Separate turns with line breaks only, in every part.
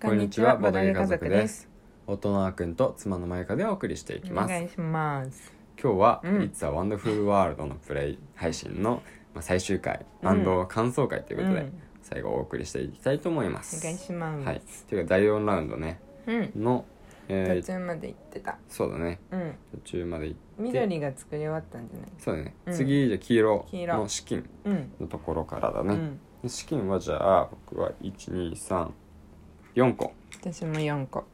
こんにちはボドゲ家族です。
夫のあーくんと妻のまゆかでお送りしていき
お
ます
願いします。
今日は「
うん
It's a Wonderful World」のプレイ配信のまあ最終回
うん
感想会ということ
う
で
ん
最後お送りしていきたいと思いま
お
す
願いします。
はいというか第4ラウンドね
うん。
のえ
途
ー
中まで行ってた。
そうだね
うん。
途中までい
緑が作り終わったんじゃない。
そうだね
うん
次じゃあ黄色
黄色
の資金
うん。
のところからだ
う
ね
ん。
で資金はじゃあ僕は1234個
私も四個。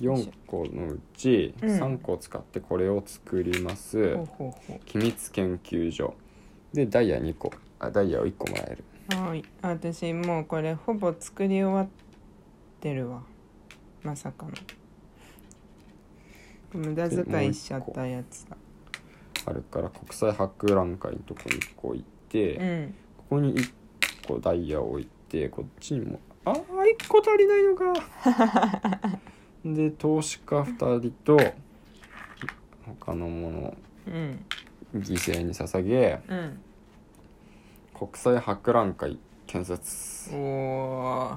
4個のうち
うん
3個使ってこれを作ります、
ほうほうほ
機密研究所でダイヤ2個あダイヤを1個もらえる
う。はい。あ私もうこれほぼ作り終わってるわ。まさかの。無駄遣いしちゃったやつだ。
あるから国際博覧会のとこに1個行って、
うん。
ここに1個ダイヤを置いてこっちにもああ1個足りないのか で投資家2人と他のものを
うん。
犠牲に捧げ
うん。
国際博覧会建設
おお。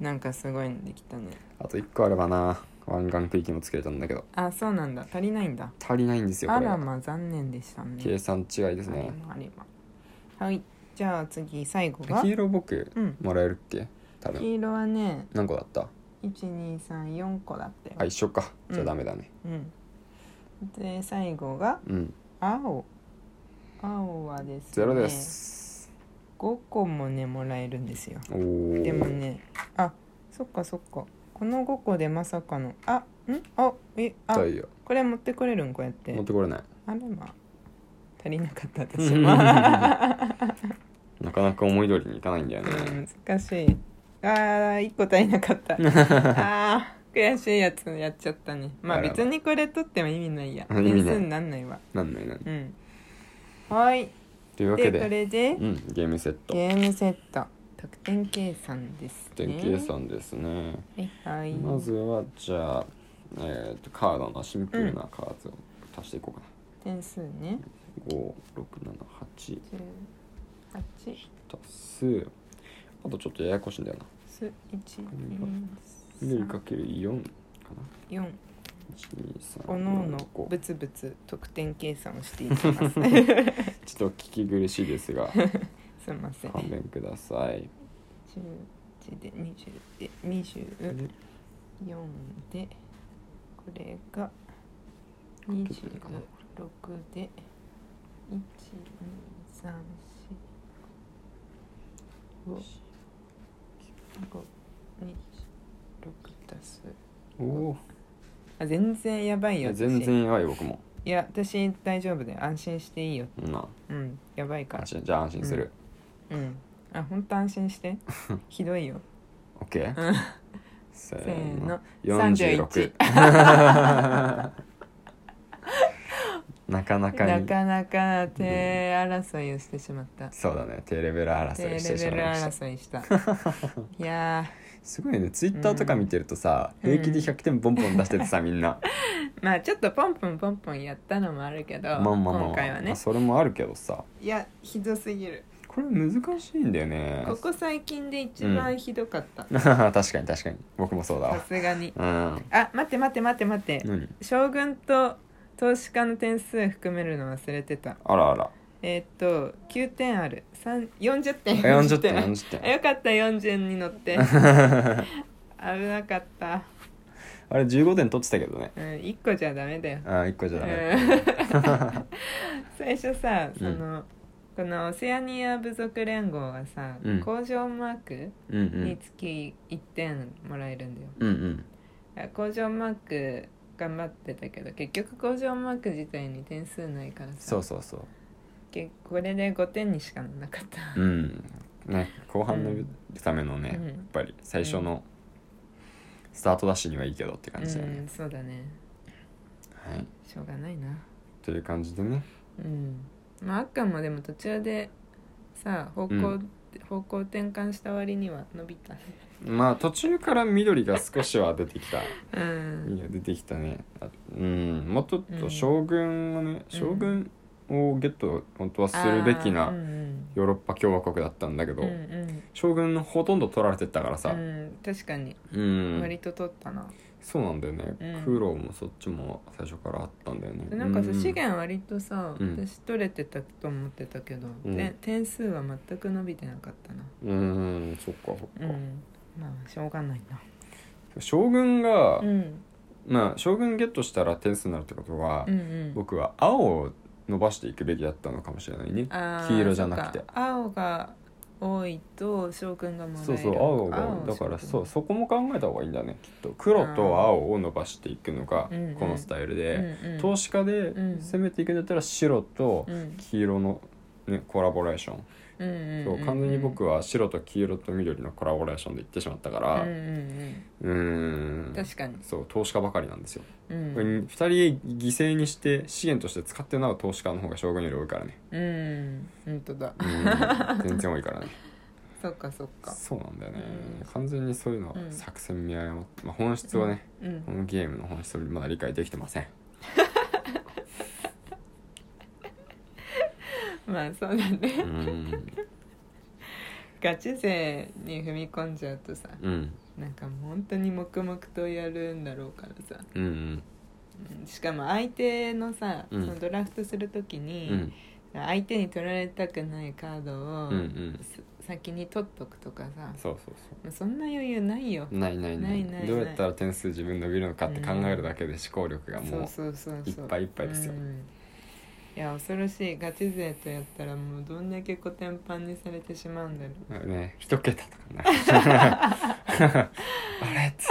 なんかすごいのできたね。
あと1個あればな湾岸区域も作れたんだけど
あ、そうなんだ。足りないんだ。
足りないんですよ
あ
これ
ら
が
まあ残念でしたね。
計算違いです
あれ
ね
もあれば。はい。じゃあ次最後が
黄。色僕
うん。
もらえるっけ多分
黄色はね、
何個だった
一二三四個だったよ。
あ一緒か
うん
じゃあダメだね
うん。で最後が
うん、
青。青はですね。
ゼロで。す、
五個もねもらえるんですよ。
おお
でもね、あ、そっかそっか。この五個でまさかの、あ、ん、あ、え、あ
ダ、イヤ
これ持ってこれるんこうやって
持っ。てこれない
あらまあ、足りなかった私 は。
なかなか思い通りにいかないんだよね、
難しいあー一個足りなか ったあー悔しいやつやっちゃったねまあ
あら
別にこれ取っても意味ないや
意味ない
点数になんないわ
なんないなんない
うんはい
というわ
で
け
こ
で
れで
うんゲームセット
ゲームセット得点計算ですね
点計算ですね、
はいはい
まずはじゃあ、えー、とカードのシンプルなカードを足していこうか
点数ね
な、5678
18
足すあとちょっとややこしいんだよな
す1 2
緑かける4かな
4
1 2 3
おのおの
5
ぶつぶつ得点計算をしていき ます
ちょっと聞き苦しいですが
すいません
勘弁ください。
十一で二十で二十四でこれが二十六で一二三四五五二六足す
おお
あ全然やばい
ー。い
よ
や
私
全然やばい僕も。
いや私大丈夫だよ安心していいよ
うんな
うんやばいから
安心じゃあ安心する。
うんあ本当安心して ひどいよ
オッケー。
うんせ
せ
ーの。
四十六。なかなか
な
に。
かなか手争いをしてしまった。
そうだね。低レベル
手
争
レ
いしてし
ベ
ま
ル
いました。
争いした。いや
すごいね。ツイッターとか見てるとさ、
うん
平気で百点ボンボン出してて さみん
ー、
な。
まあちょっとポンポンポンポンやったのもあるけど、
まあまあまあ
今回は
まあ
ね。
それもあるけどさ、
いやひどすぎる。
これ難しいんだよね。
ここ最近で一番ひどかった。
確かに確かに。僕もそうだ
さすがに。
わ。うん。
あ待って待って待って待って。
何？
将軍と投資家の点数含めるの忘れてた。
あらあら。
えーっと9点ある。三40点。
え40点40点
あよかった40に乗って。危なかった。
あれ15点取ってたけどね
うん1個じゃダメだよ。
あー1個じゃダメ、
最初さ
ん
その、このオセアニア部族連合がさ、
うん
工場マーク
うんう
に
ん
つき1点もらえるんだよ、
うんうん
工場マーク頑張ってたけど結局工場マーク自体に点数ないからさ
そうそうそ
けこれで5点にしかなかった、
ううんね後半
う
の
ん
ためのね、
うん
やっぱり最初のスタートダッシュにはいいけどって
う
感じだよね
ん、、そうだね
はい
しょうがないな
という感じでね
うんまああっくんもでも途中でさ方向、
うん
方向転換した割には伸びたね
まあ途中から緑が少しは出てきた
うん
いや出てきたねあうんもうちょっと将軍をね、将軍をゲット本当はするべき
あーう
なんヨーロッパ共和国だったんだけど、
うんうん
将軍のほとんど取られてったから
う
さ
ん、確かに
うん、
割と取ったな、
そうなんだよね、
うん
苦労もそっちも最初からあったんだよね
なんかさ、
う
資源割とさ、
うん
私取れてたと思ってたけど、
うん
て点数は全く伸びてなかったな
うんそっかそっか、
うんまあしょうがないな
将軍が、
うん
まあ将軍ゲットしたら点数になるってことは、
うんうん
僕は青を伸ばしていくべきだったのかもしれないね
あー
黄色じゃなくて
そうか青が多いと将軍がもらえる
そうそう青が
を
だから
将
そ
軍
うそこも考えた方がいいんだねきっと黒と青を伸ばしていくのが
うんうん
このスタイルで、
うんうん
投資家で
うん
攻めていくんだったら白と
うん
黄色の、ね、コラボレーション、
うんうん
そう完全に僕は白と黄色と緑のコラボレーションでいってしまったか
は
ら
うんうん
うー
うんん、確かに、
そう投資家ばかりなんですよ、
うん
う2人犠牲にして資源として使ってない投資家の方が将軍より多いからね
うん本当だ
うん 全然多いからね
そっかそっか
そうなんだよね、
うん
完全にそういうのは
うん
作戦見誤って、まあ、本質をね、
うん
このゲームの本質をまだ理解できてません
まあそうだね
うん
ガチ勢に踏み込んじゃうとさ
うん
なんかもう本当に黙々とやるんだろうからさ
うんうん
うんしかも相手のさ、
うん
そのドラフトするとき
う
に、
ん
相手に取られたくないカードを、
うんうん
す先に取っとくとかさ
そうそうそ
もうそんな余裕ないよ
うないないない
ないないない
どうやったら点数自分伸びるのかって考えるだけで思考力がもう
そうそうそうそう
いっぱいいっぱいですよ
うんいや恐ろしいガチ勢とやったらもうどんだけコテンパンにされてしまうんだろ
ね 一桁とかになるあれっつ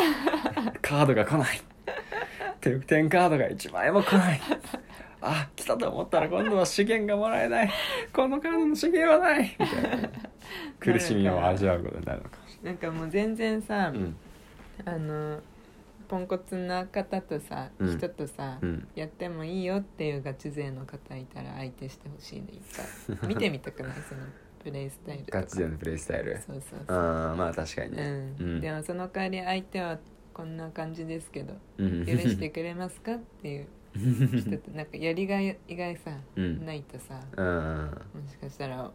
ってカードが来ない得点カードが1枚も来ないあ来たと思ったら今度は資源がもらえないこのカードの資源はないみたいなね苦しみを味わうことになるのか
うなんかもう全然さ、
うん
あのポンコツな方とさ、
うん
人とさ、
うん
やってもいいよっていうガチ勢の方いたら相手してほしいねいっぱ い見てみたくないそのプレイスタイルとか
ガチでのプレイスタイル
そうそう
う
そ
ん
う
まあ確かに
う
ね
ん、
うん
でもその代わり相手はこんな感じですけど
うん
許 してくれますかっていう人となんかやりがい意外さ、
うん
ないとさ
うん
もしかしたら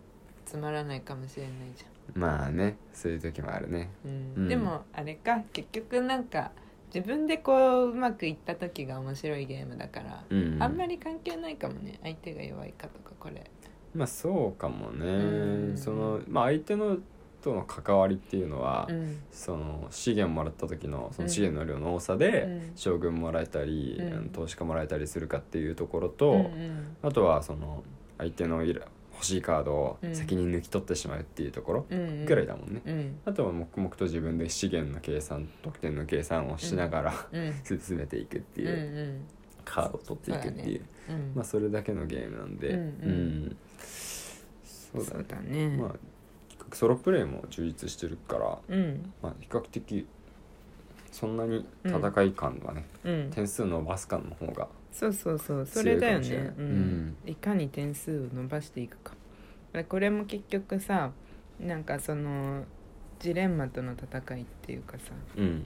つまらないかもしれないじ
まあねそういう時もあるね
ゃん、うん
うん
でもあれか結局なんか自分でこううまくいった時が面白いゲームだから、
うん
あんまり関係ないかもね相手が弱いかとかこれ
まあそうかもね、
うん
そのまあ相手のとの関わりっていうのは、
うん
その資源もらった時のその資源の量の多さで、
うん
将軍もらえたり、
うん
あの投資家もらえたりするかっていうところと、
うん
あとはその相手のいら欲しいカードを
うん
先に抜き取ってしまうっていうところ
うんうん
ぐらいだもんね、
うん
あとは黙々と自分で資源の計算得点の計算をしながら、
うん
進めていくって
うん
いうう、
ん
カードを取っていくっていう
うん
まあそれだけのゲームなんで、
うんうん
んそうだね
だね
まあソロプレイも充実してるから、
うん
まあ、比較的そんなに戦い感はね、
うん
点数伸ばす感の方が
そうそうそうそ
強
れ
いか
だよ
もしれない
ね、うんいかに点数を伸ばしていくかでこれも結局さなんかそのジレンマとの戦いっていうかさ
うん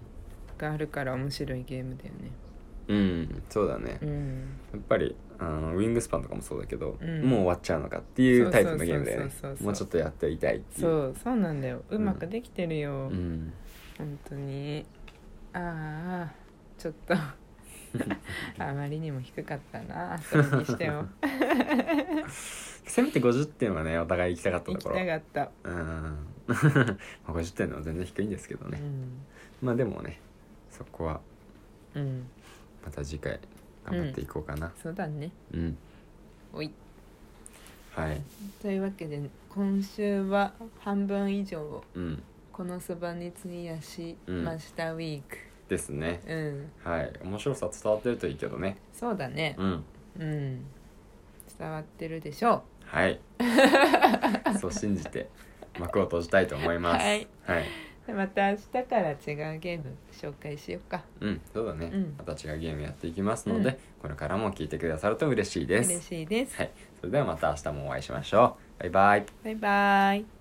があるから面白いゲームだよね
うんそうだね、
う
や
ん
っぱりあのウィングスパンとかもそうだけど、
うん
もう終わっちゃうのかっていうタイプのゲームだよね
そうそうそうそう
もうちょっとやっていたいっていう
そうそうなんだよ
ん
うまくできてるよ、
うん、
本当にああちょっ とあまりにも低かったなそれにして も
せめて50点はねお互い行きたかった
行
と
き
ころ
たかった、
うん まあ50点のは全然低いんですけど
う
ね、
ん
まあでもねそこは
うん
また次回頑張っていこうかな
そうだね
うん、
おい
はい
というわけで今週は半分以上を
うん
このそばに費やしましたウィーク
ですね
うん、
はい面白さ伝わってるといいけどね
そうだね
うん
うん伝わってるでしょ
はい そう信じて幕を閉じたいと思います
はい、
はいう
でまた明日から違うゲーム紹介しようか
うんそうだね、
うん
また違うゲームやっていきますので、
うん
これからも聞いてくださると嬉しいです
嬉しいです、
はいそれではまた明日もお会いしましょうバイバイ
バイバイ